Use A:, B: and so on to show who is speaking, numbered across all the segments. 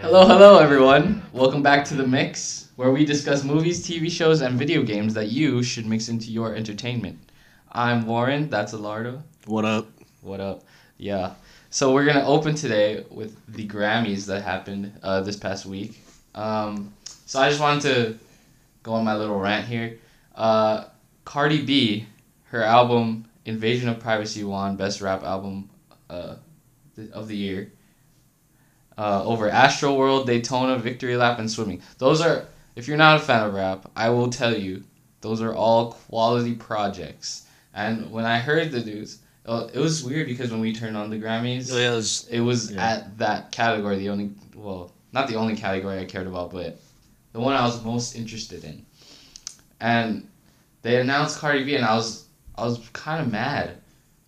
A: Hello, hello, everyone. Welcome back to The Mix, where we discuss movies, TV shows, and video games that you should mix into your entertainment. I'm Warren, that's Alardo.
B: What up?
A: What up? Yeah. So, we're going to open today with the Grammys that happened uh, this past week. Um, so, I just wanted to go on my little rant here. Uh, Cardi B, her album Invasion of Privacy won Best Rap Album uh, th- of the Year uh, over Astro World, Daytona, Victory Lap, and Swimming. Those are, if you're not a fan of rap, I will tell you, those are all quality projects. And when I heard the news, uh, it was weird because when we turned on the Grammys,
B: Oh, Yeah, it was-
A: it was
B: Yeah.
A: at that category, the only, well, not the only category I cared about, but the one I was most interested in. And they announced Cardi B, and I was, I was kind of mad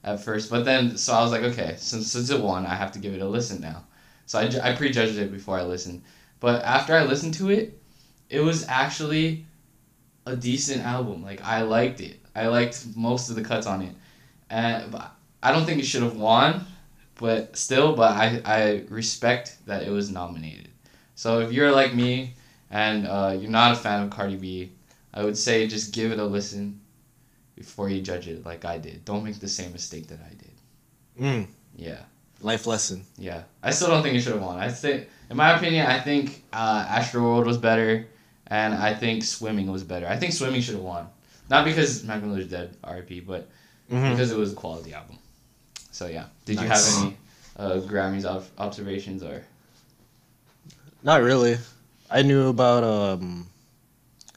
A: at first, but then, so I was like, okay, since, since it won, I have to give it a listen now. So I, ju- I prejudged it before I listened. But after I listened to it, it was actually a decent album. Like, I liked it. I liked most of the cuts on it. And but I don't think it should have won, but still, but I, I respect that it was nominated. So if you're like me and uh, you're not a fan of Cardi B, I would say just give it a listen before you judge it like I did. Don't make the same mistake that I did.
B: Mm,
A: Yeah.
B: life lesson.
A: Yeah, I still don't think it should have won. I think, in my opinion, I think uh, Astro World was better, and I think Swimming was better. I think Swimming should have won, not because Mac Miller's dead, R.I.P., but
B: Mm-hmm.
A: because it was a quality album. So yeah, did you
B: Hmm. Nice.
A: have any uh, Grammys ob- observations or?
B: Not really. I knew about um,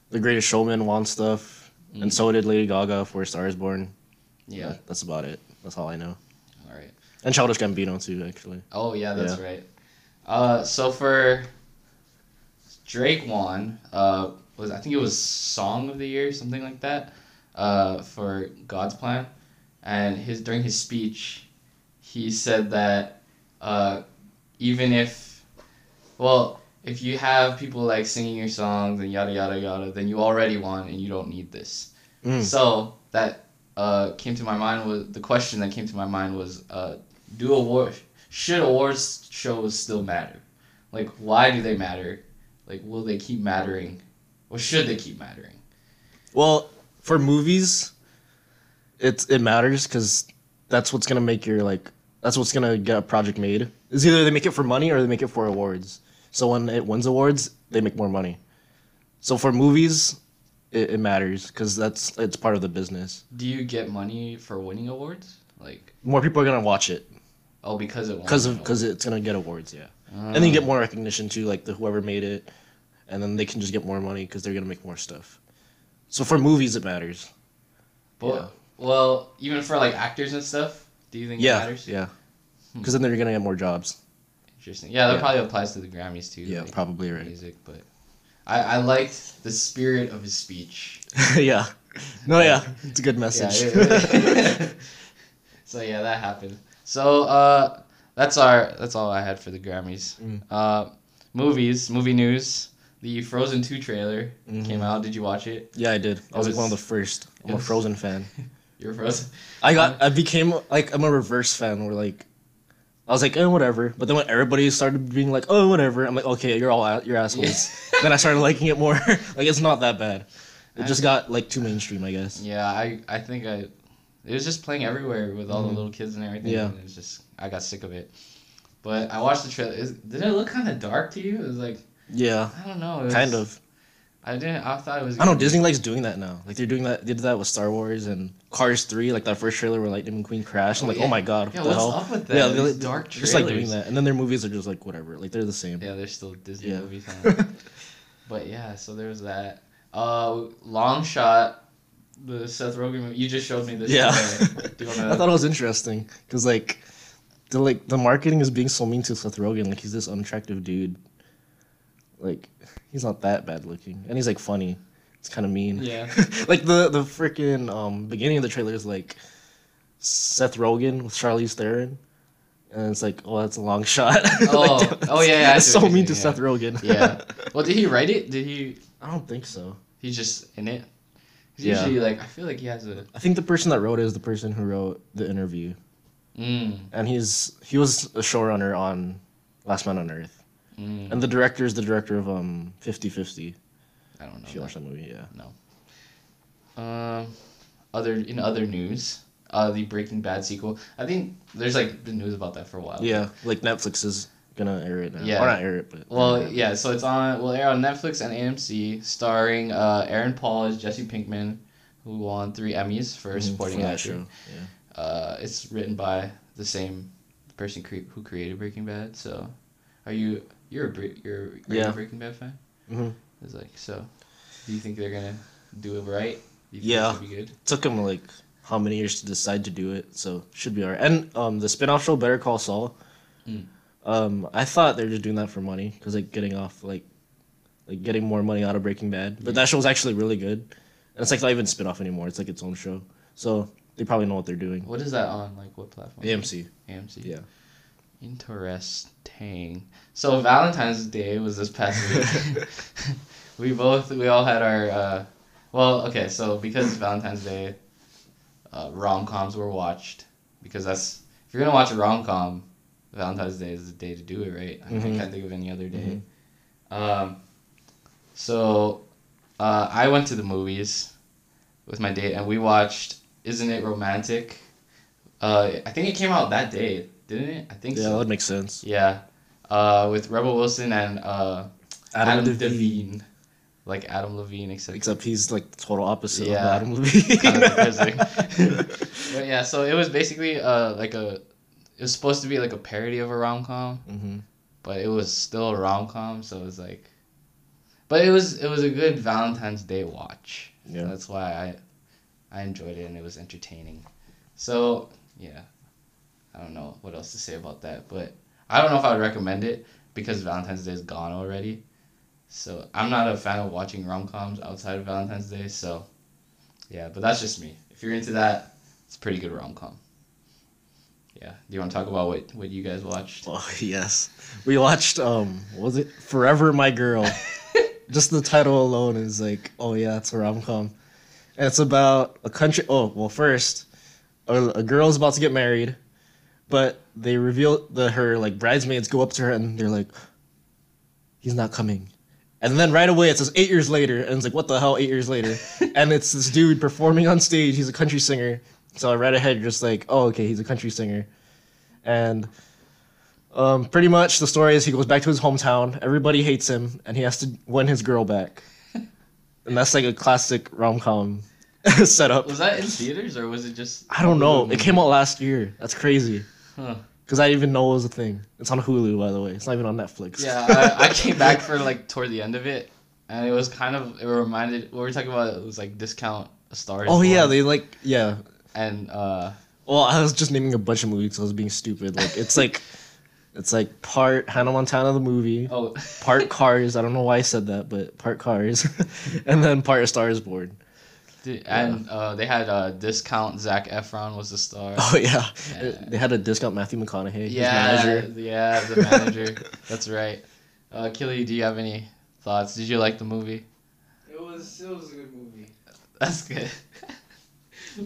B: The Greatest Showman won stuff, and so did Lady Gaga for Stars Born.
A: Yeah.
B: That- That's about it. That's all I know.
A: All right.
B: And Childish Gambino, too, actually.
A: Oh yeah, that's
B: Yeah.
A: right. Uh, so for Drake won. Uh, was I think it was Song of the Year, something like that. Uh, for God's Plan, and his during his speech, he said that uh, even if, well, if you have people like singing your songs and yada yada yada, then you already won and you don't need this.
B: Mm.
A: So that uh, came to my mind was the question that came to my mind was uh, do award should awards shows still matter? Like why do they matter? Like will they keep mattering? Or should they keep mattering?
B: Well, for movies, it's, it matters because that's what's going to make your, like, that's what's going to get a project made. It's either they make it for money or they make it for awards. So when it wins awards, they make more money. So for movies, it, it matters because that's it's part of the business.
A: Do you get money for winning awards? Like
B: more people are gonna watch it
A: oh because it won Oh.
B: because
A: an
B: of
A: award.
B: because it's gonna get awards, yeah. and then you get more recognition too, like the whoever made it, and then they can just get more money because they're gonna make more stuff. So for movies, it matters.
A: But-
B: yeah.
A: well even for like actors and stuff. Do you think it
B: Yeah,
A: matters? Hmm.
B: yeah. Because then they're gonna get more jobs.
A: Interesting. Yeah, that
B: Yeah.
A: probably applies to the Grammys too.
B: Yeah,
A: like,
B: probably right.
A: music, but I, I liked the spirit of his speech.
B: yeah. No, yeah, it's a good
A: Yeah,
B: message.
A: it- it- so yeah, that happened. So uh, that's our that's all I had for the Grammys.
B: Mm.
A: Uh, movies, movie news. The Frozen Two trailer
B: Mm-hmm.
A: came out. Did you watch it?
B: yeah, I did. I was like
A: was-
B: one of the first. I'm a
A: was-
B: Frozen fan.
A: You're Frozen.
B: I got. I became like I'm a reverse fan. Where like, I was like, eh, whatever. But then when everybody started being like, oh, whatever, I'm like, okay, you're all out, you're assholes. then I started liking it more. like it's not that bad. It just got like too mainstream, I guess.
A: Yeah, I I think I. It was just playing everywhere with all the little kids and everything.
B: Mm-hmm. Yeah.
A: And it was just I got sick of it. But I watched the trailer. Is, did it look kind of dark to you? It was like
B: Yeah,
A: I don't know. It was-
B: kind of.
A: I didn't. I thought it was.
B: I
A: gonna
B: don't know.
A: be-
B: Disney likes doing that now. Like they're doing that. They did that with Star Wars and Cars Three. Like that first trailer where Lightning McQueen crashed. I'm
A: Oh,
B: like,
A: yeah.
B: oh my god, what
A: Yeah,
B: the
A: what's
B: hell?
A: up with that?
B: they-
A: These dark
B: just like doing
A: trailers.
B: that, and then their movies are just like whatever. Like they're the same.
A: Yeah, they're still Disney
B: Yeah.
A: movies. Huh? but yeah, so there was that. Uh, long shot, the Seth Rogen movie. You just showed me this.
B: Yeah.
A: today. Do you wanna...
B: I thought it was interesting because like the like the marketing is being so mean to Seth Rogen. Like he's this unattractive dude. Like he's not that bad looking, and he's like funny. It's kind of mean.
A: Yeah.
B: like the the freaking um, beginning of the trailer is like Seth Rogen with Charlize Theron, and it's like, oh, that's a long shot. Like,
A: Oh.
B: that's-
A: Oh, yeah, yeah, I
B: That's
A: see what
B: so
A: you're
B: mean to
A: saying,
B: Seth Rogen.
A: yeah. Well, did he write it? Did he?
B: I don't think so.
A: He's just in it. He's
B: Yeah.
A: usually like I feel like he has a.
B: I think the person that wrote it is the person who wrote the interview.
A: Mm.
B: and he's he was a showrunner on Last Man on Earth,
A: Mm,
B: and the director is the director of um 50-50.
A: I don't know.
B: If you watch that movie, yeah.
A: Um, other in other news, uh, the Breaking Bad sequel. I think there's like been news about that for a while.
B: Yeah, like Netflix is gonna air it now.
A: Yeah.
B: Or not air it, but
A: Well, yeah. So it's on. Will air on Netflix and AMC, starring uh, Aaron Paul as Jesse Pinkman, who won three Emmys for
B: Mhm,
A: supporting
B: for that
A: actor.
B: show. Yeah.
A: Uh, it's written by the same person cre- who created Breaking Bad. So, are you you're a Bre- you're are you a
B: Yeah.
A: Breaking Bad fan?
B: Mhm.
A: It's like so. Do you think they're gonna do it right? Do you think
B: Yeah.
A: it'll Be good.
B: Took him like how many years to decide to do it, so should be alright. And um, the spin-off show Better Call Saul.
A: Mm.
B: Um, I thought they were just doing that for money, cause like getting off like, like getting more money out of Breaking Bad. But
A: Hmm.
B: that show was actually really good, and it's like not even a spin-off anymore. It's like its own show, so they probably know what they're doing.
A: What is that on? Like what platform?
B: AMC.
A: AMC.
B: Yeah.
A: Interesting. So Valentine's Day was this past week. we both we all had our uh, well okay so because it's Valentine's Day, uh, rom coms were watched because that's if you're gonna watch a rom com, Valentine's Day is the day to do it right. I, mean, I
B: Mhm.
A: can't think of any other day. Um, so uh, I went to the movies with my date and we watched Isn't It Romantic? Uh, I think it came out that day, didn't it? I think
B: Yeah,
A: so.
B: that makes sense.
A: Yeah, uh, with Rebel Wilson and uh, Adam, Levine. like Adam Levine, except,
B: Except he's like the total opposite of
A: Yeah.
B: Adam Levine.
A: kind of depressing. but yeah, so it was basically uh, like a, it was supposed to be like a parody of a rom com,
B: hmm
A: but it was still a rom com, so it was like, but it was it was a good Valentine's Day watch.
B: Yeah.
A: that's why I, I enjoyed it and it was entertaining. So yeah, I don't know what else to say about that, but I don't know if I would recommend it because Valentine's Day is gone already. So I'm not a fan of watching rom coms outside of Valentine's Day. So yeah, but that's just me. If you're into that, it's a pretty good rom com. Yeah. Do you want to talk about what what you guys watched?
B: Oh yes, we watched. Um, what was it Forever My Girl? Just the title alone is like, oh yeah, it's a rom com, and it's about a country. Oh well, first, a, a girl's about to get married, but they reveal the her like bridesmaids go up to her and they're like, he's not coming. And then right away it says eight years later, and it's like, what the hell, eight years later? and it's this dude performing on stage. He's a country singer. So I read ahead, just like, oh, okay, he's a country singer. And um, pretty much the story is he goes back to his hometown. Everybody hates him, and he has to win his girl back. and that's like a classic rom com setup.
A: Was that in theaters or was it just?
B: I don't know. It came out last year. That's crazy.
A: Huh.
B: Because I didn't even know it was a thing. It's on Hulu, by the way. It's not even on Netflix.
A: Yeah, I, I came back for like toward the end of it, and it was kind of it reminded what we were talking about. It was like discount a star. Is
B: oh yeah,
A: Born,
B: they like yeah.
A: and uh,
B: Well, I was just naming a bunch of movies. So I was being stupid. Like it's like, it's like part Hannah Montana the movie,
A: oh,
B: part Cars. I don't know why I said that, but part Cars, and then part A Star Is Born.
A: the- and uh, they had uh, discount Zach Efron was the star.
B: Oh yeah,
A: Yeah.
B: they had a discount Matthew McConaughey.
A: yeah,
B: his manager.
A: yeah, the manager. That's right. Uh, Killy, do you have any thoughts? Did you like the movie?
C: It was it was a good movie.
A: That's good.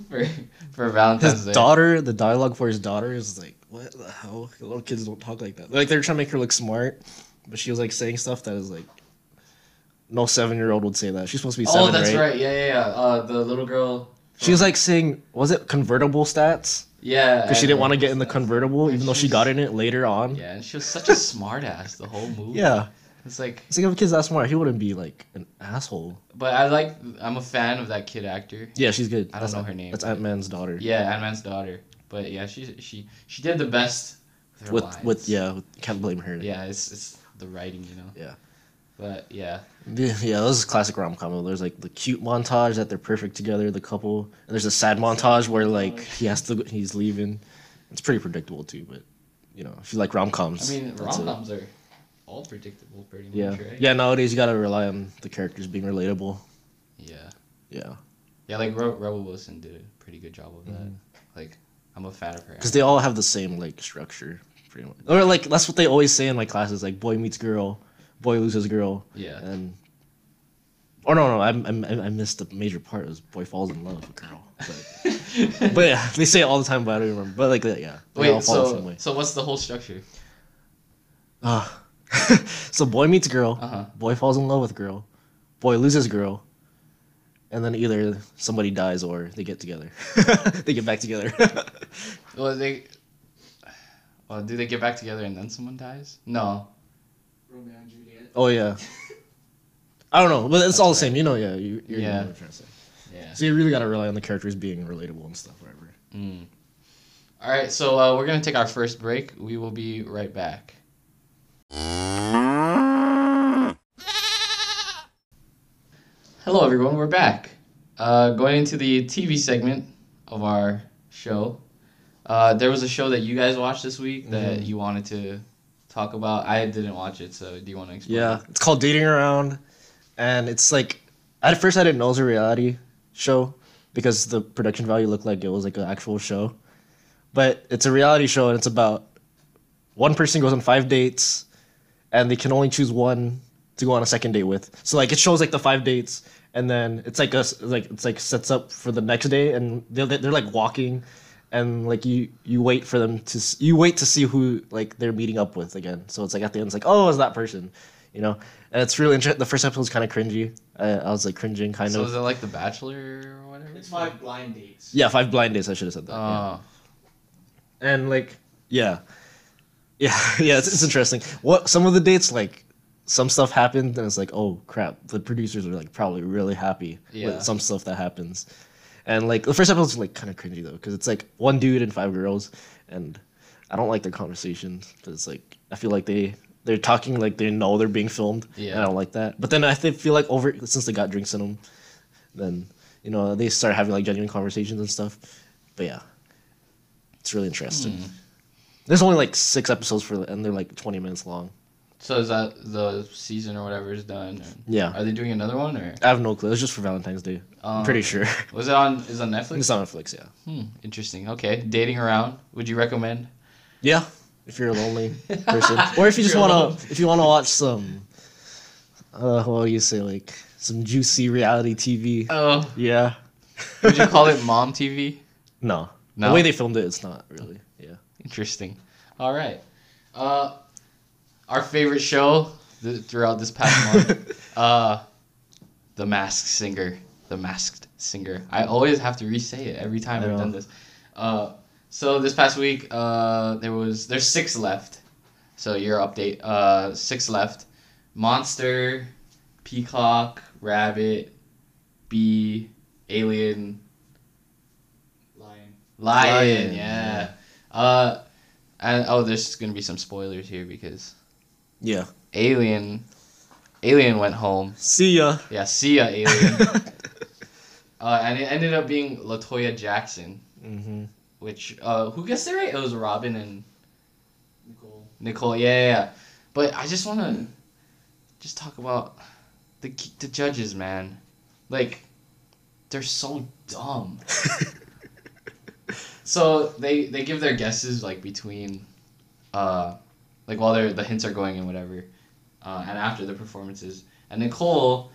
A: for for Valentine's
B: His
A: Day.
B: daughter, the dialogue for his daughter is like, what the hell? Little kids don't talk like that. Like they're trying to make her look smart, but she was like saying stuff that is like, no seven year old would say that. She's supposed to be
A: oh,
B: seven,
A: that's
B: right?
A: right. Yeah, yeah, yeah. Uh, the little girl.
B: She was like saying, was it convertible stats?
A: Yeah.
B: Because she
A: and-
B: didn't want to get in the convertible, even though she got in it later on. Yeah.
A: Yeah, and she was such a smartass the whole movie. It's like
B: It's like if a kid's that smart, he wouldn't be like an asshole.
A: But I like. I'm a fan of that kid actor.
B: Yeah, she's good.
A: I don't
B: That's
A: know
B: Ant-
A: her name.
B: That's Ant Man's daughter.
A: Yeah, Ant Man's daughter. But yeah, she she she did the best. With, her
B: With
A: lines.
B: with yeah, with- can't blame her.
A: Yeah, it's it's the writing, you know.
B: Yeah.
A: But yeah,
B: Yeah, yeah, those is classic rom com. There's like the cute montage that they're perfect together, the couple, and there's a sad montage where like he has to, he's leaving. It's pretty predictable too, but you know, if you like rom
A: I
B: coms,
A: mean rom coms are all predictable pretty much,
B: Yeah,
A: right?
B: yeah. Nowadays, you gotta rely on the characters being relatable.
A: Yeah.
B: Yeah,
A: Yeah, like Re- Rebel Wilson did a pretty good job of that.
B: Mm-hmm.
A: Like, I'm a fan of her.
B: because they all have the same like structure, pretty much. Or like that's what they always say in my classes, like boy meets girl, boy loses girl,
A: Yeah.
B: and. Or no, no, I, I, I missed the major part. It was boy falls in love with girl. But, but yeah, they say it all the time, but I don't remember. But like, yeah, they all
A: Wait,
B: fall the same
A: so
B: way.
A: so what's the whole structure?
B: Ah. so boy meets girl,
A: Uh huh.
B: boy falls in love with girl, boy loses girl, and then either somebody dies or they get together. they get back together.
A: Well, they. Well, do they get back together and then someone dies? No.
C: Romeo and Juliet.
B: oh yeah. I don't know, but it's
A: That's
B: all the
A: right.
B: same. You know, yeah. You, you know
A: Yeah.
B: what I'm trying to say.
A: Yeah.
B: So you really gotta rely on the characters being relatable and stuff, whatever.
A: Mm. All right, so uh, we're gonna take our first break. We will be right back. Hello, everyone. We're back. Uh, going into the TV segment of our show. Uh, there was a show that you guys watched this week that
B: Mhm.
A: you wanted to talk about. I didn't watch it, so do you want to explain?
B: Yeah, it's called Dating Around, and it's like at first I didn't know it was a reality show because the production value looked like it was like an actual show, but it's a reality show and it's about one person goes on five dates, and they can only choose one to go on a second date with. So like it shows like the five dates, and then it's like us like it's like sets up for the next day, and they're they're like walking. And like you, you wait for them to s- you wait to see who like they're meeting up with again. So it's like at the end, it's like oh, it's that person, you know. And it's really interesting. The first episode was kind of cringy. I, I was like cringing, kind
A: So
B: of.
A: is it like The Bachelor or whatever?
C: It's five blind dates.
B: yeah, five blind dates. I should have said that.
A: Oh,
B: yeah. and like yeah yeah yeah it's, it's interesting what some of the dates like some stuff happened and it's like oh crap the producers are like probably really happy
A: Yeah.
B: with some stuff that happens and like the first episode's like kind of cringy though because it's like one dude and five girls and i don't like their conversations because it's like i feel like they they're talking like they know they're being filmed and
A: Yeah.
B: i don't like that but then i thi- feel like over since they got drinks in them then you know they start having like genuine conversations and stuff but yeah it's really interesting there's only like six episodes for, and they're like 20 minutes long.
A: So is that the season or whatever is done? Or
B: Yeah,
A: Are they doing another one or?
B: I have no clue. It was just for Valentine's Day. I'm
A: Um,
B: pretty sure.
A: Was it on? Is it on Netflix?
B: it's on Netflix. Yeah.
A: Hmm, interesting. Okay, dating around. Would you recommend?
B: Yeah. If you're a lonely person, or if you just wanna, if you wanna watch some, uh, what do you say, like some juicy reality TV?
A: Oh,
B: Yeah.
A: would you call it mom TV?
B: No.
A: No?
B: The way they filmed it, it's not really. Yeah.
A: Interesting. All right. Uh, our favorite show th- throughout this past month, uh, The Masked Singer. The Masked Singer. I always have to re-say it every time
B: I
A: I've
B: know.
A: done this. Uh, so this past week, uh, there was there's six left. So your update, uh, six left. Monster, Peacock, Rabbit, Bee, Alien,
C: Lion.
A: Lion,
B: Lion,
A: yeah. Uh, and oh, there's gonna be some spoilers here because
B: Yeah.
A: Alien, Alien went home.
B: See ya.
A: Yeah, see ya, Alien. uh, and it ended up being Latoya Jackson,
B: hmm
A: which uh, who guessed it right? It was Robin and
C: Nicole.
A: Nicole. Yeah, yeah. yeah. But I just wanna just talk about the ki- the judges, man. Like, they're so dumb. So they they give their guesses like between, uh, like while they're, the hints are going and whatever, uh, and after the performances. And Nicole,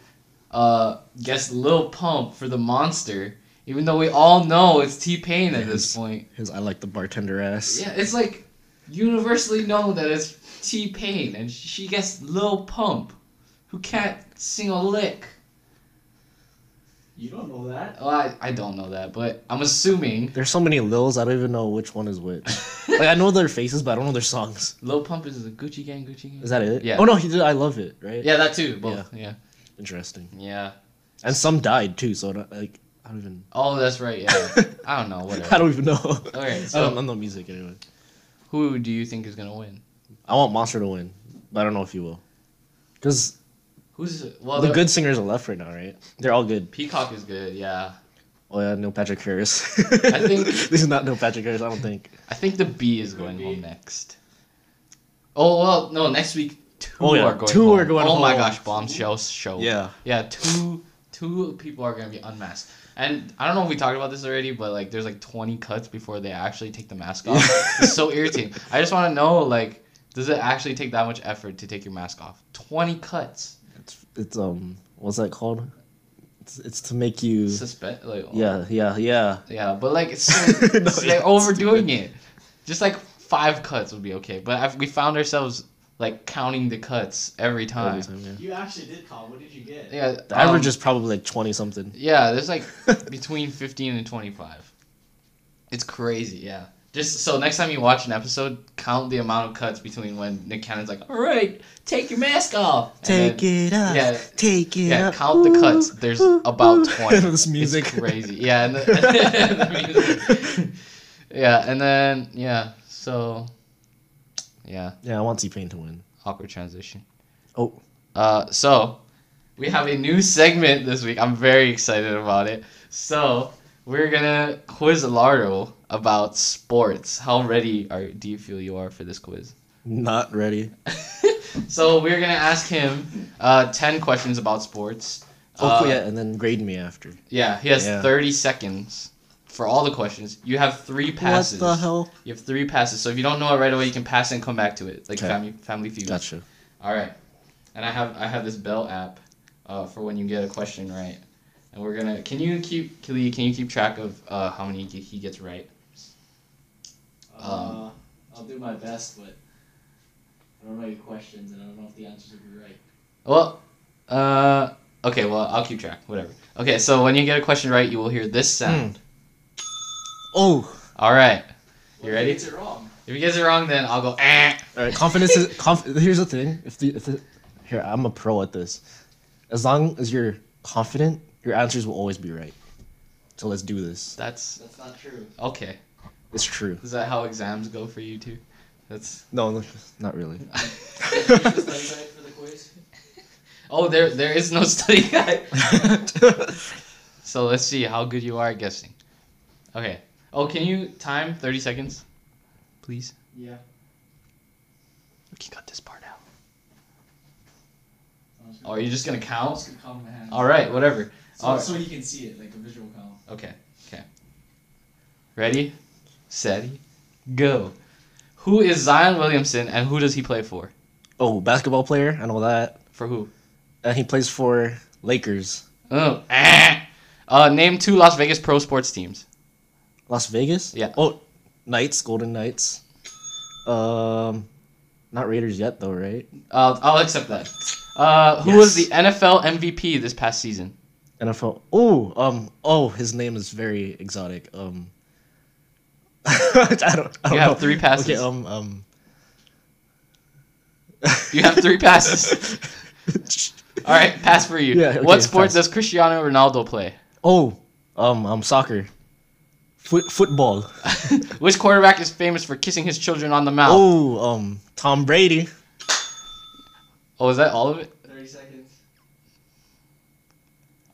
A: uh, guessed Lil Pump for the monster, even though we all know it's T Pain at this
B: Yes.
A: point.
B: His I like the bartender ass.
A: Yeah, it's like universally known that it's T Pain, and she guessed Lil Pump, who can't sing a lick.
C: You don't know that.
A: Well, I, I don't know that, but I'm assuming
B: There's so many Lils, I don't even know which one is which. like I know their faces, but I don't know their songs.
A: Lil Pump is a Gucci Gang, Gucci Gang.
B: Is that it?
A: Yeah.
B: Oh no, he did. I love it. Right.
A: Yeah, that too. Both. Yeah.
B: Interesting.
A: Yeah.
B: And some died too. So I don't- like, I don't even.
A: Oh, that's right. Yeah. I don't know. Whatever.
B: I don't even know.
A: All right.
B: I don't.
A: So,
B: I'm no music anyway.
A: who do you think is gonna win?
B: I want Monster to win, but I don't know if he will. Because
A: Who's well?
B: the good singers are left right now, right? They're all good.
A: Peacock is good. Yeah.
B: Oh yeah, no Patrick Harris.
A: I think-
B: this is not no Patrick Harris. I don't think.
A: I think the B is
C: Could
A: going
C: be.
A: home next. Oh well, no. Next week, two
B: Oh, yeah,
A: are going.
B: two
A: home.
B: are going
A: Oh my
B: home.
A: gosh, bombshell show.
B: Yeah.
A: Yeah. Two two people are gonna be unmasked. And I don't know if we talked about this already, but like there's like 20 cuts before they actually take the mask off. it's so irritating. I just want to know like, does it actually take that much effort to take your mask off? 20 cuts.
B: It's, it's um, what's that called? It's, it's to make you.
A: Suspect like oh,
B: Yeah, yeah, yeah.
A: Yeah, but like it's so,
B: No,
A: it's, like
B: yeah,
A: overdoing it. Just like five cuts would be okay, but i we found ourselves like counting the cuts every time.
B: Every time, yeah.
C: You actually did call. What did you get?
A: Yeah,
B: The average
A: um,
B: is probably like twenty something.
A: Yeah, there's like between 15 and 25. It's crazy, yeah. Just so next time you watch an episode, count the amount of cuts between when Nick Cannon's like, "All right, take your mask off." and then-
B: it
A: off, yeah,
B: take it
A: yeah, count the cuts. There's about 20.
B: this music.
A: It's crazy. Yeah, and the, the music. Yeah, and then yeah, so yeah,
B: yeah, I want T Pain to win.
A: awkward transition.
B: Oh.
A: Uh, so we have a new segment this week. I'm very excited about it. So we're gonna quiz Lardo about sports. How ready are do you feel you are for this quiz?
B: Not ready.
A: So we're gonna ask him uh, ten questions about sports. Uh,
B: Hopefully, Oh, yeah, and then grade me after.
A: Yeah, he has
B: Yeah.
A: 30 seconds for all the questions. You have three passes.
B: What the hell?
A: You have three passes. So if you don't know it right away, you can pass it and come back to it, like
B: Okay.
A: family family feud.
B: Gotcha.
A: All right. And I have I have this bell app uh, for when you get a question right. And we're gonna. Can you keep Kili? Can you keep track of uh, how many he he gets right?
C: Uh,
A: Um,
C: I'll do my best, but I don't know your questions, and I don't know if the answers will be right.
A: Well, uh, okay. Well, I'll keep track. Whatever. Okay. So when you get a question right, you will hear this sound.
B: Oh,
A: All right.
C: What
A: You ready?
C: If it's wrong.
A: If you guys are wrong, then I'll go. Eh.
B: all right. Confidence is. Conf- here's the thing. If the, if the here, I'm a pro at this. As long as you're confident, your answers will always be right. So let's do this.
A: That's
C: That's not true.
A: okay.
B: It's true.
A: Is that how exams go for you too? That's
B: No, no, not really.
C: Is this the right for the quiz?
A: oh, there there is no study guide. So let's see how good you are at guessing. Okay. Oh, can you time thirty seconds, please?
C: Yeah.
A: We can cut this part out.
C: I was gonna-
A: Oh, are you just gonna
C: I was
A: count?
C: gonna count my hands.
A: All right, whatever.
C: So,
A: all right.
C: so you can see it, like a visual count.
A: Okay. Okay. Ready, set, go. Who is Zion Williamson and who does he play for?
B: oh, basketball player and all that,
A: For who?
B: and he plays for Lakers,
A: Oh, eh. Uh, name two Las Vegas pro sports teams.
B: Las Vegas.
A: Yeah.
B: Oh, Knights, Golden Knights. Um, not Raiders yet though, right?
A: Uh, I'll accept that. Uh, who was the NFL MVP this past season?
B: NFL. Oh, um, oh, his name is very exotic. Um, I don't. I don't
A: You have
B: know.
A: three passes.
B: Okay. Um. Um.
A: You have three passes. All right, pass for you.
B: Yeah, okay,
A: what sport
B: pass.
A: does Cristiano Ronaldo play?
B: oh. Um. Um. Soccer. Foot football.
A: Which quarterback is famous for kissing his children on the mouth?
B: Oh. Um. Tom Brady.
A: Oh, is that all of it?
C: 30 seconds.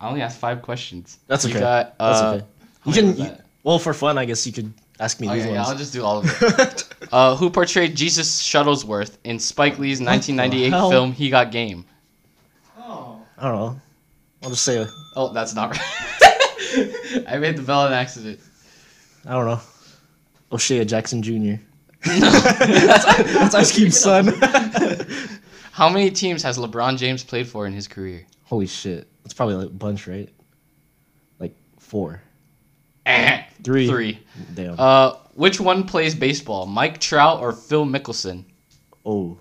A: I only asked five questions.
B: That's
A: You
B: okay.
A: got,
B: That's
A: uh,
B: okay.
A: how
B: You
A: many
B: can.
A: was
B: You,
A: that?
B: well, for fun, I guess you could ask me these
A: okay, yeah, I'll
B: ones.
A: just do all of it. Uh, who portrayed Jesus Shuttlesworth in Spike Lee's 1998
B: hell?
A: film He Got Game?
C: Oh.
B: I don't know. I'll just say. I
A: Oh, that's not right. I made the bell an accident.
B: don't know. O'Shea Jackson Jr.
A: No.
B: That's Ice Cube's son.
A: How many teams has LeBron James played for in his career?
B: Holy shit! It's probably like a bunch, right? Like four. Three.
A: Three.
B: Damn.
A: Uh, which one plays baseball, Mike Trout or Phil Mickelson?
B: oh,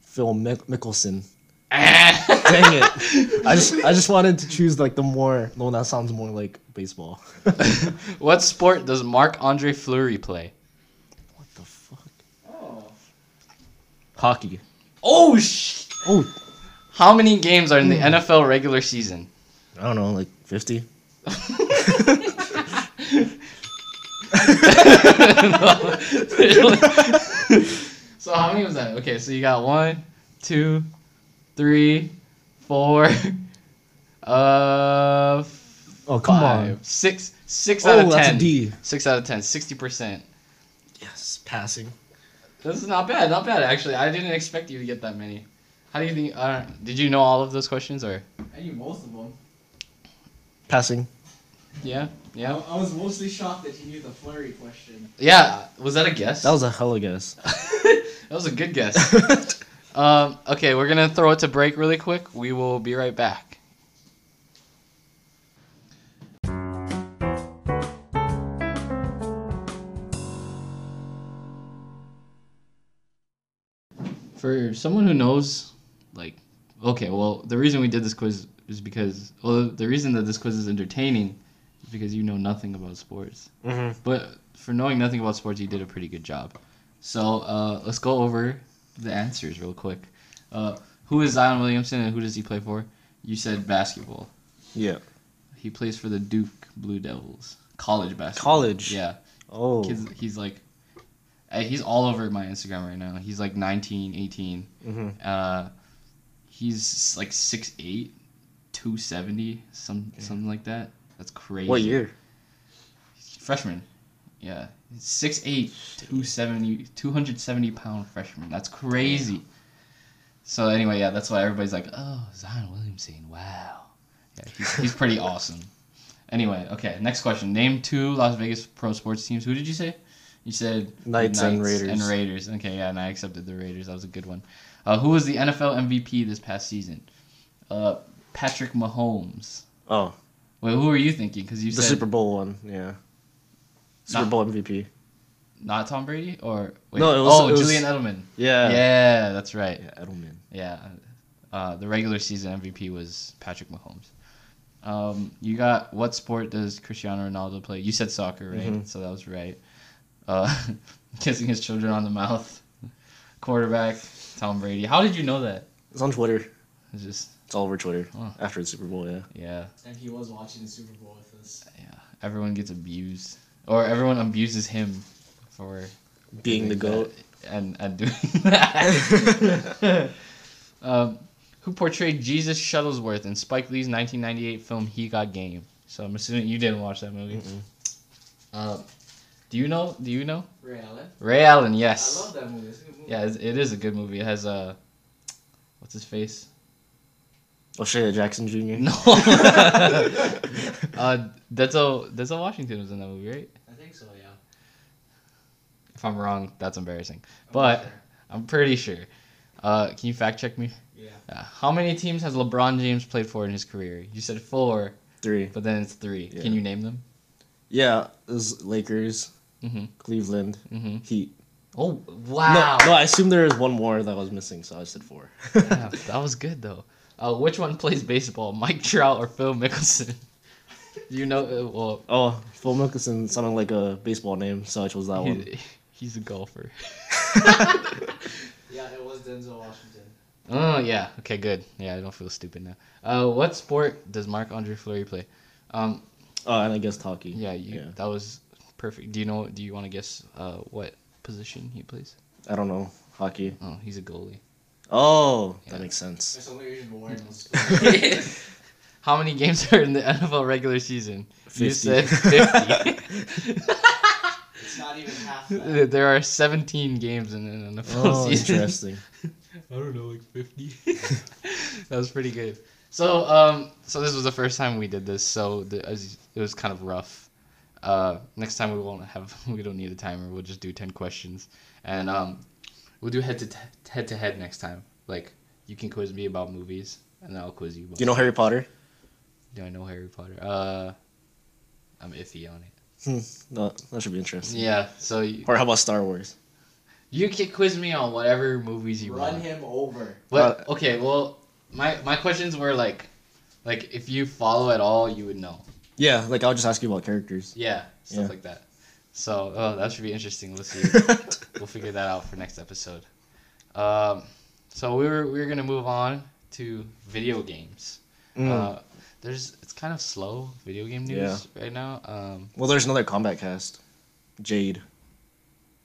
B: Phil Mick- Mickelson.
A: Eh.
B: Dang it! I just I just wanted to choose like the more the one that sounds more like baseball. what
A: what sport does Marc Andre Fleury play?
B: the fuck?
C: Oh.
B: Hockey.
A: Oh sh!
B: Oh, Hmm.
A: How many games are in the NFL regular season?
B: I don't know, like fifty.
A: so how many was that? Okay, so you got one, two, three, four, uh,
B: Oh come on.
A: five, six, six
B: Oh,
A: out of
B: that's a
A: ten.
B: D.
A: Six out of ten, sixty percent.
B: Yes, passing.
A: This is not bad, not bad actually. I didn't expect you to get that many. How do you think? I don't, did you know all of those questions or?
C: I knew most of them.
B: Passing.
A: Yeah, yeah,
C: I, I was mostly shocked that you knew the flurry question.
A: yeah. Was that a guess?
B: That was a hella guess.
A: that was a good guess. um, okay, we're gonna throw it to break really quick. We will be right back. for someone who knows, like, okay, well, the reason we did this quiz is because, well, the reason that this quiz is entertaining is because you know nothing about sports.
B: Mm-hmm.
A: But for knowing nothing about sports, you did a pretty good job. So uh, let's go over the answers real quick. Uh, who is Zion Williamson and who does he play for? You said basketball.
B: Yeah.
A: He plays for the Duke Blue Devils. College basketball.
B: College.
A: Yeah.
B: Oh.
A: Kids, he's like, uh, he's all over my Instagram right now. He's like 19, 18.
B: Mm-hmm.
A: Uh, he's like 6'8", 270, some, something like that. That's crazy.
B: What year?
A: Freshman. Yeah. 6'8", 270, 270 pound freshman. That's crazy. So anyway, yeah, that's why everybody's like, oh, Zion Williamson, wow. Yeah, he's, he's pretty awesome. Anyway, okay, next question. Name two Las Vegas pro sports teams. Who did you say? You said
B: Knights and Raiders.
A: And Raiders. Okay, yeah, and I accepted the Raiders. That was a good one. Uh, who was the NFL MVP this past season? Uh, Patrick Mahomes.
B: Oh,
A: Wait, who were you thinking? Because you
B: the
A: said
B: Super Bowl one. Yeah. Super
A: Not-
B: Bowl MVP.
A: not Tom Brady or wait,
B: No, it was-
A: oh
B: it was-
A: Julian Edelman.
B: Yeah.
A: Yeah, that's right.
B: Yeah, Edelman.
A: Yeah. Uh, the regular season MVP was Patrick Mahomes. Um, you got what sport does Cristiano Ronaldo play? You said soccer, right?
B: Mhm.
A: So that was right. Uh, kissing his children on the mouth. Quarterback Tom Brady. How did you know that?
B: It's on Twitter.
A: It's just
B: It's all over Twitter.
A: Oh.
B: After the Super Bowl, yeah.
A: yeah,
C: And he was watching the Super Bowl with us.
A: yeah. Everyone gets abused, or everyone abuses him for
B: Being the
A: doing
B: goat.
A: that and and doing that. um, who portrayed Jesus Shuttlesworth in Spike Lee's 1998 film He Got Game? So I'm assuming you didn't watch that movie. Uh, do you know? Do you know
C: Ray Allen.
A: Ray Allen?
C: I love
A: Yes.
C: that movie. It's a good movie.
A: Yeah, it's, it is a good movie. It has uh, what's his face?
B: O'Shea Jackson Jr.
A: No. uh, Denzel Denzel Washington was in that movie, right?
C: I think so. Yeah. I'm
A: If I'm wrong, that's embarrassing.
C: not
A: But
C: sure.
A: I'm pretty sure. Uh, can you fact check me?
C: yeah,
A: Uh, how many teams has LeBron James played for in his career? You said four,
B: Three.
A: but then it's three.
B: Yeah.
A: Can you name them?
B: Yeah, it was Lakers,
A: Mm-hmm.
B: Cleveland,
A: Mm-hmm.
B: Heat.
A: Oh
B: No,
A: wow!
B: no, I assume there is one more that was missing, so I said four.
A: Damn, that was good though. Uh, which one plays baseball, Mike Trout or Phil Mickelson? you know, uh, well,
B: oh, Phil Mickelson sounded like a baseball name, so I chose that one.
A: he, he's a golfer.
C: yeah. It was Denzel Washington.
A: Oh yeah. Okay, good. Yeah, I don't feel stupid now. Uh, what sport does Marc Andre Fleury play? Um,
B: Oh, and I guess hockey.
A: yeah, you,
B: Yeah.
A: that was perfect. Do you know? Do you want to guess uh, what position he plays?
B: I don't know. Hockey.
A: Oh, he's a goalie.
B: Oh,
A: Yeah.
B: that makes sense.
C: There's only reason Warren was.
A: How many games are in the NFL regular season? You
B: 50.
A: said 50.
C: It's not even half that.
A: there are 17 games in an NFL
B: Oh,
A: season.
B: interesting.
A: I don't know, like 50. that was pretty good. So, um, so this was the first time we did this, so the, as, it was kind of rough. Uh, next time we won't have, we don't need a timer. We'll just do 10 questions, and um, we'll do head to t- head to head next time. Like, you can quiz me about movies, and I'll quiz you. About
B: Do you know Harry Potter?
A: Do I know Harry Potter? Uh, I'm iffy on it.
B: Hmm. No, that should be interesting.
A: Yeah, so you,
B: Or how about Star Wars?
A: you can quiz me on whatever movies you
C: Run
A: want.
C: him over.
B: Uh,
A: But okay, well, my my questions were like, like if you follow at all, you would know.
B: Yeah, like I'll just ask you about characters.
A: Yeah, stuff
B: Yeah.
A: like that. So oh, that should be interesting. We'll see. we'll figure that out for next episode. Um, so we were we were gonna move on to video games.
B: Mm.
A: Uh, there's it's kind of slow video game news right now. Um,
B: well, there's another combat cast. Jade.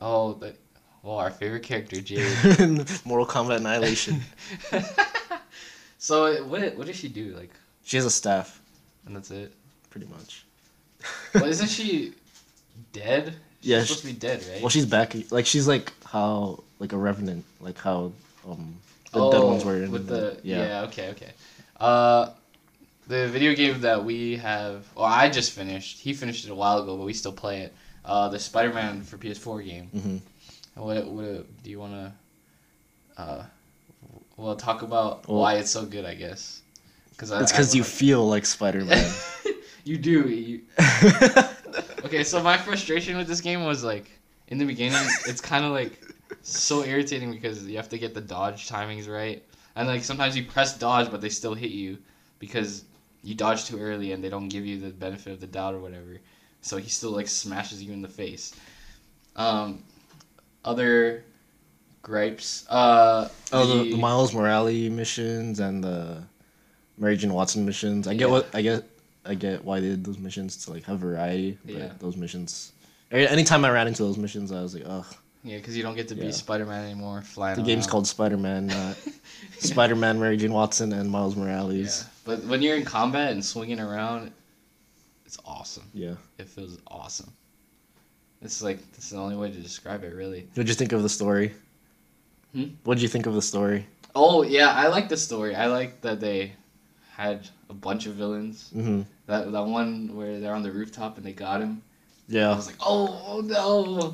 A: oh, the, well, our favorite character Jade.
B: Mortal Kombat Annihilation.
A: so it- what what does she do like?
B: she has a staff,
A: And that's it.
B: pretty much.
A: Well, isn't she dead? She's
B: Yeah,
A: supposed to be dead, right?
B: Well, she's back. Like she's like how like a revenant, like how um the dead ones were in
A: Oh, with
B: the,
A: the yeah. okay okay uh the video game that we have or i just finished he finished it a while ago but we still play it uh the spider-man for ps4 game
B: hmm
A: what, what do you want to uh well talk about
B: Well-
A: why it's so good i guess because
B: That's because you feel like Spider Man.
A: you do you okay so my frustration with this game was like in the beginning, it's kind of like so irritating because you have to get the dodge timings right, and like sometimes you press dodge but they still hit you because you dodge too early and they don't give you the benefit of the doubt or whatever. So he still like smashes you in the face. Um, other gripes. Uh,
B: Oh, the, the Miles Morales missions and the Mary Jane Watson missions. I get
A: Yeah.
B: what I get. I get why they did those missions to like have variety. But
A: Yeah.
B: Those missions. Any- Anytime I ran into those missions, I was like, ugh.
A: yeah, because you don't get to be
B: Yeah.
A: Spider Man anymore. Flying.
B: The game's
A: around.
B: called Spider Man. Uh, Spider Man, Mary Jane Watson, and Miles
A: Yeah,
B: Morales.
A: but when you're in combat and swinging around, it's awesome.
B: Yeah.
A: It feels awesome. It's like that's the only way to describe it, really.
B: What'd you think of the story?
A: Hmm?
B: What'd you think of the story?
A: Oh yeah, I like the story. I like that they had a bunch of villains.
B: hmm
A: That that one where they're on the rooftop and they got him. I
B: Yeah.
A: was like, oh, oh no.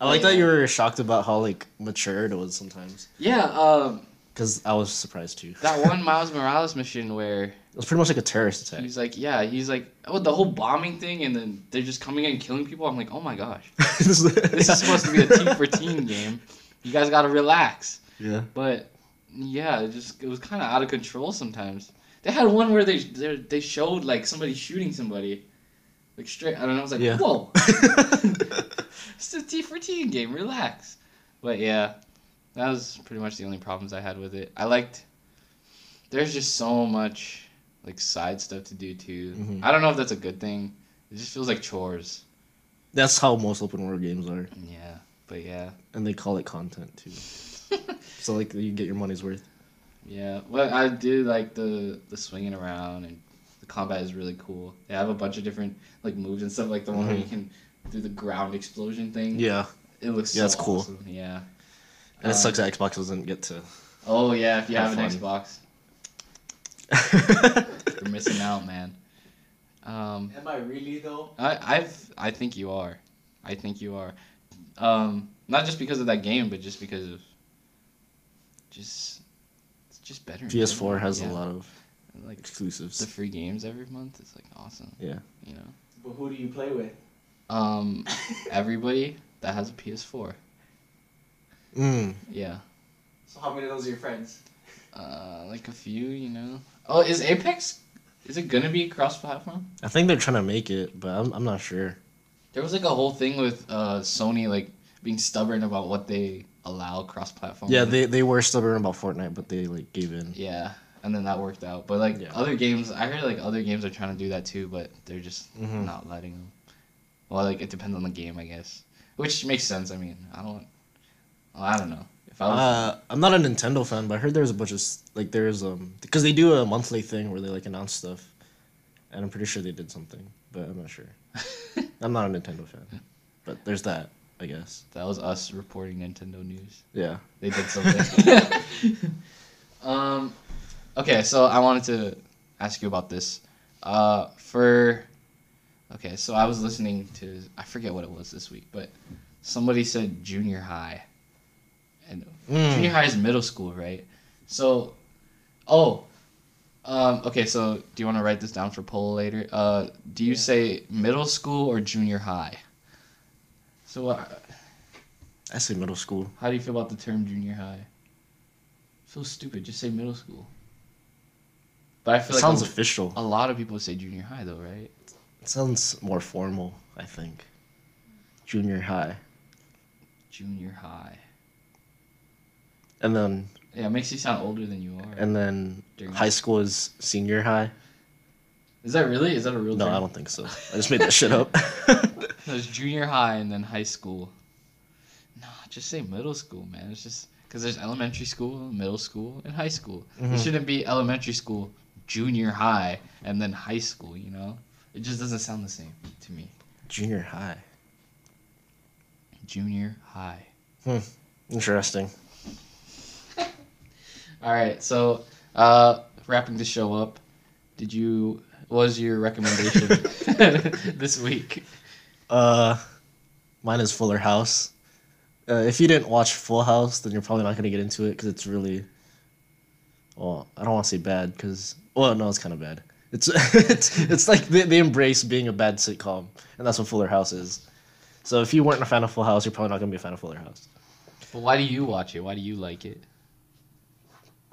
B: I like that you were shocked about how like matured it was sometimes.
A: yeah, um,
B: Because I was surprised too.
A: that one Miles Morales mission where
B: it was pretty much like a terrorist attack.
A: he's like, yeah, he's like, oh, the whole bombing thing, and then they're just coming in and killing people. I'm like, oh my gosh,
B: this
A: this is supposed to be a team for team game. You guys gotta relax.
B: Yeah.
A: But yeah, it just it was kind of out of control sometimes. They had one where they they they showed like somebody shooting somebody, like straight. I don't know. I was like,
B: Yeah.
A: whoa, it's a T for T game. Relax. But yeah, that was pretty much the only problems I had with it. I liked. There's just so much like side stuff to do too.
B: Mhm.
A: I don't know if that's a good thing. It just feels like chores.
B: That's how most open world games are,
A: Yeah, but yeah.
B: and they call it content too. so like you get your money's worth.
A: Yeah, well, I do like the the swinging around and the combat is really cool. They have a bunch of different like moves and stuff, like the one where you can do the ground explosion thing.
B: Mm-hmm. Yeah.
A: it looks
B: Yeah,
A: so
B: it's cool.
A: awesome. Yeah. Uh,
B: And it sucks that Xbox doesn't get to.
A: Oh yeah, if you have
B: Have
A: an
B: fun.
A: Xbox, you're missing out, man. Um,
C: Am I really though?
A: I I've I think you are, I think you are, um, not just because of that game, but just because of just it's just better. in
B: PS4
A: general.
B: has
A: Yeah.
B: a lot of
A: like the
B: exclusives.
A: free games every month. It's like awesome.
B: Yeah.
A: You know.
C: But who do you play with?
A: Um, everybody that has a PS4.
B: Mm.
A: Yeah.
C: So how many of those are your friends?
A: Uh, like a few, you know. Oh, is Apex? Is it gonna be cross-platform?
B: I think they're trying to make it, but I'm, I'm not sure.
A: There was like a whole thing with uh Sony like being stubborn about what they allow cross-platform.
B: Yeah, they they were stubborn about Fortnite, but they like gave in.
A: Yeah, and then that worked out. But like
B: Yeah.
A: other games, I heard like other games are trying to do that too, but they're just
B: Mhm.
A: not letting them. Well, like it depends on the game, I guess, which makes sense. I mean, I don't. I don't know. If I was
B: Uh, I'm not a Nintendo fan, but I heard there's a bunch of s- like there's um because they do a monthly thing where they like announce stuff, and I'm pretty sure they did something, but I'm not sure. I'm not a Nintendo fan, but there's that I guess.
A: that was us reporting Nintendo news.
B: Yeah.
A: They did something. um, okay, so I wanted to ask you about this. Uh, for okay, so I was listening to I forget what it was this week, but somebody said junior high, and
B: Hmm.
A: junior high is middle school, right? So, oh, um, okay. So do you want to write this down for poll later? Uh, do you
C: Yeah.
A: say middle school or junior high? So uh,
B: I say middle school.
A: how do you feel about the term junior high? So stupid. Just say middle school. But I
B: It
A: feel like
B: sounds
A: a,
B: official.
A: a lot of people say junior high though, right?
B: It sounds more formal. I think. Junior high,
A: Junior high.
B: and then
A: Yeah, it makes you sound older than you are.
B: and then
A: During-
B: high school is senior high.
A: Is that really? Is that a real?
B: No,
A: term?
B: I don't think so. I just made that shit up.
A: There's junior high and then high school. No, just say middle school, man. It's just because there's elementary school, middle school, and high school. It
B: Mhm.
A: shouldn't be elementary school, junior high, and then high school. You know, it just doesn't sound the same to me.
B: Junior high.
A: Junior high.
B: Interesting.
A: All right, so uh, wrapping the show up, did you what was your recommendation this week?
B: Uh, mine is Fuller House. Uh, if you didn't watch Full House, then you're probably not gonna get into it because it's really. Well, I don't want to say bad because well, no, it's kind of bad. It's it's it's like they, they embrace being a bad sitcom, and that's what Fuller House is. So if you weren't a fan of Full House, you're probably not gonna be a fan of Fuller House
A: But why do you watch it? Why do you like it?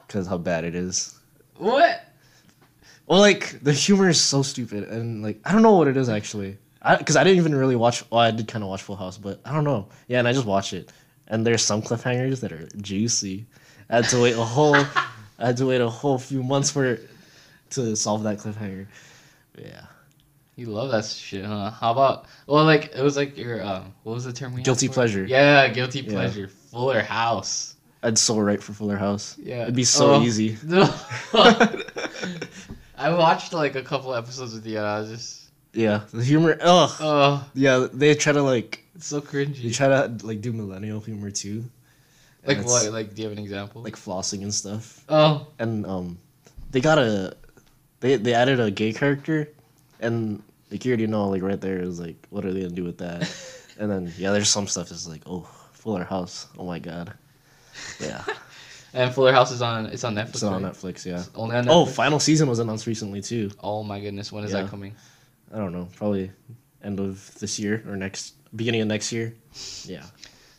B: because how bad it is.
A: What?
B: Well, like the humor is so stupid, and like I don't know what it is actually. I because I didn't even really watch. Well, I did kind of watch Full House, but I don't know. Yeah, and I just watch it, and there's some cliffhangers that are juicy. I had to wait a whole, I had to wait a whole few months for it to solve that cliffhanger. Yeah,
A: You love that shit, huh? How about well, like it was like your um, what was the term we had
B: Guilty
A: for it?
B: pleasure.
A: Yeah, guilty
B: Yeah.
A: pleasure. Fuller House.
B: I'd so write for Fuller House.
A: Yeah,
B: It'd be so
A: Oh.
B: easy.
A: I watched like a couple episodes with you, and I was just
B: yeah, the humor. Ugh.
A: oh,
B: yeah, they try to like
A: it's so
B: they
A: cringy.
B: try to like do millennial humor too. and
A: Like
B: it's,
A: what? Like do you have an example?
B: Like flossing and stuff.
A: oh,
B: and um, they got a they they added a gay character, and like you already know, like right there is like what are they gonna do with that? and then yeah, there's some stuff is like oh Fuller House, oh my god, yeah,
A: and Fuller House is on. It's on Netflix.
B: it's on
A: right?
B: Netflix, yeah.
A: It's only on Netflix.
B: Oh, final season was announced recently too.
A: Oh my goodness, when is
B: Yeah.
A: that coming?
B: I don't know, probably end of this year or next beginning of next year. Yeah,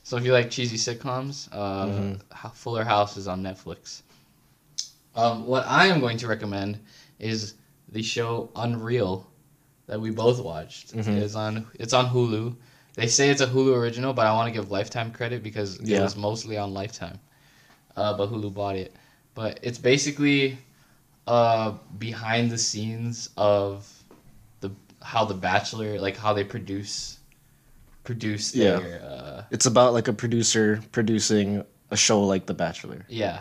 A: So if you like cheesy sitcoms, uh,
B: Mhm.
A: Ho- Fuller House is on Netflix. Um, what I am going to recommend is the show Unreal that we both watched.
B: Mhm.
A: It's on it's on Hulu. They say it's a Hulu original, but I want to give Lifetime credit because it
B: Yeah.
A: was mostly on Lifetime. Uh, but Hulu bought it. But it's basically uh, behind the scenes of the how the Bachelor like how they produce produce
B: Yeah.
A: their uh,
B: it's about like a producer producing a show like The Bachelor.
A: Yeah,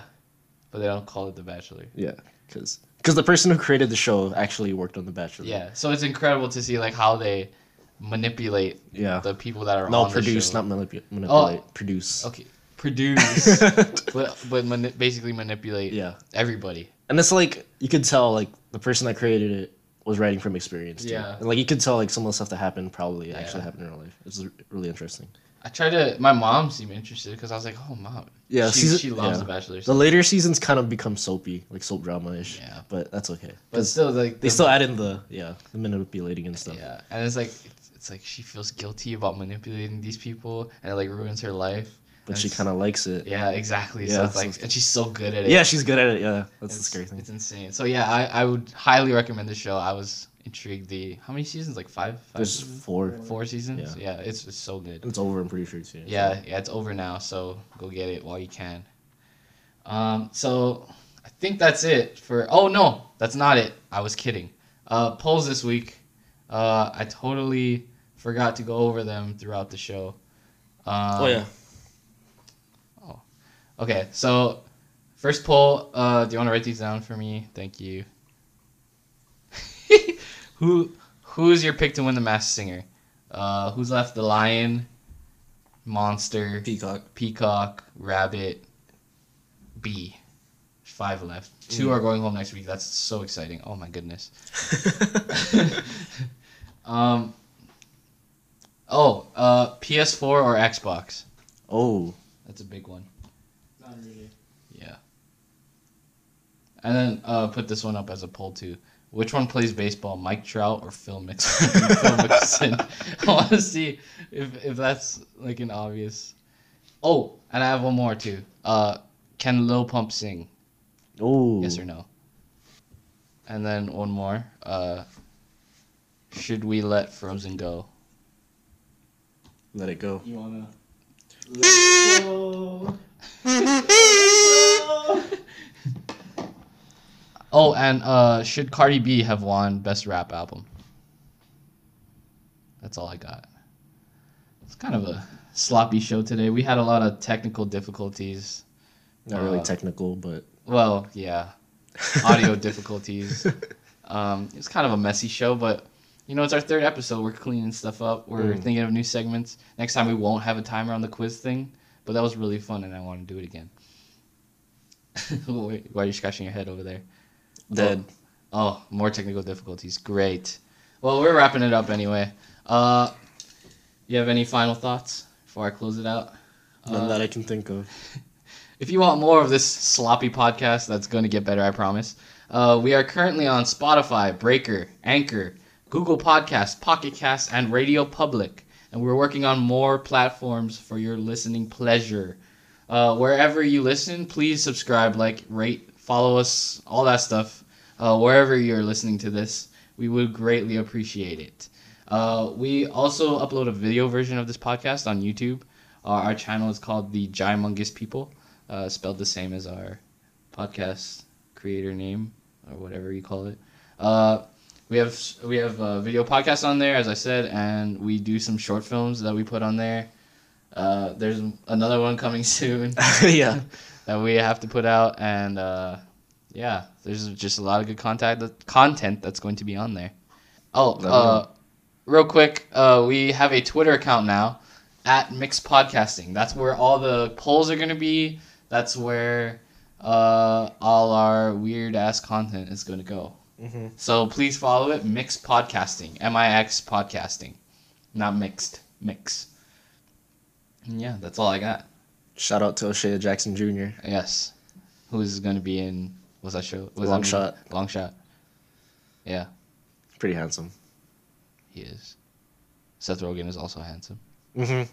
A: but they don't call it The Bachelor.
B: Yeah, because because the person who created the show actually worked on The Bachelor.
A: Yeah, so it's incredible to see like how they manipulate
B: yeah.
A: the people that are
B: No,
A: on
B: produce,
A: the show.
B: not manipu- manipulate. Produce.
A: okay, produce, but but mani- basically manipulate
B: yeah,
A: everybody.
B: and it's like you could tell like the person that created it was writing from experience. Too.
A: Yeah.
B: and like you could tell like some of the stuff that happened probably
A: Yeah.
B: actually happened in real life. It's r- really interesting.
A: I tried to. My mom seemed interested because I was like, oh mom,
B: Yeah,
A: she,
B: season-
A: she loves
B: yeah.
A: The Bachelor.
B: The later seasons kind of become soapy, like soap drama ish.
A: Yeah.
B: but that's okay.
A: but
B: 'Cause
A: still, like
B: they still add in the yeah the manipulating and stuff.
A: Yeah, and it's like it's, it's like she feels guilty about manipulating these people, and it like ruins her life.
B: But she
A: That's-
B: kind of likes it.
A: Yeah, exactly.
B: Yeah,
A: so it's
B: so
A: like,
B: it's-
A: and she's so good at it.
B: Yeah, she's good at it. Yeah, that's the
A: it's,
B: scary thing.
A: It's insane. So yeah, I, I would highly recommend the show. I was intrigued. The how many seasons? Like five, five
B: There's four,
A: four seasons. Yeah, it's, it's so good.
B: and it's over. I'm pretty sure too.
A: Yeah, yeah, it's over now. So go get it while you can. Um, so I think that's it for. Oh no, that's not it. I was kidding. Uh, polls this week. Uh, I totally forgot to go over them throughout the show. Um,
B: oh yeah.
A: Okay, so first poll. Uh, do you want to write these down for me? Thank you. Who who's your pick to win the Masked Singer? Uh, who's left? The lion, monster,
B: Peacock.
A: peacock, rabbit, bee. Five left. Two
B: Mm.
A: are going home next week. That's so exciting. Oh my goodness. um. Oh, uh, PS4 or Xbox?
B: oh.
A: That's a big one.
C: Not really.
A: Yeah. And then uh, put this one up as a poll too. Which one plays baseball, Mike Trout or Phil Mixon? Phil Mixon. I want to see if, if that's like an obvious. Oh, and I have one more too. Uh, can Lil Pump sing?
B: Oh.
A: Yes or no? And then one more. Uh, should we let Frozen go?
B: Let it go.
C: You wanna? Let's go.
A: Oh, and uh, should Cardi B have won Best Rap Album? That's all I got. It's kind of a sloppy show today. We had a lot of technical difficulties.
B: Not really
A: Uh,
B: technical, but
A: Well, yeah, audio difficulties. Um, it's kind of a messy show, but you know, it's our third episode. We're cleaning stuff up. We're
B: Mm.
A: thinking of new segments. Next time we won't have a timer on the quiz thing, but that was really fun, and I want to do it again. Wait, Why are you scratching your head over there?
B: Dead.
A: Oh, more technical difficulties. Great. Well, we're wrapping it up anyway. Uh, you have any final thoughts before I close it out?
B: None
A: Uh,
B: that I can think of.
A: If you want more of this sloppy podcast, that's going to get better, I promise. Uh, we are currently on Spotify, Breaker, Anchor, Google Podcasts, Pocket Casts, and Radio Public. and we're working on more platforms for your listening pleasure. Uh, wherever you listen, please subscribe, like, rate, follow us, all that stuff. Uh, wherever you're listening to this, we would greatly appreciate it. Uh, we also upload a video version of this podcast on YouTube. Uh, our channel is called The Giamungus People, uh, spelled the same as our podcast creator name or whatever you call it. Uh, we have we have uh, video podcasts on there, as I said, and we do some short films that we put on there. Uh, there's another one coming soon
B: yeah.
A: that we have to put out, and uh, yeah, there's just a lot of good contact content that's going to be on there. Oh,
B: Lovely.
A: uh, real quick, uh, we have a Twitter account now at Mix Podcasting. That's where all the polls are going to be. That's where uh, all our weird ass content is going to go.
B: Mm-hmm.
A: So please follow it, Mix Podcasting, M I X Podcasting, not mixed, mix. And yeah, that's all I got.
B: Shout out to O'Shea Jackson Jr.
A: Yes. Who is going to be in? Was that show? Was
B: Long
A: that
B: Shot.
A: movie? Long shot. Yeah,
B: Pretty handsome.
A: he is. Seth Rogen is also handsome.
B: Mm-hmm.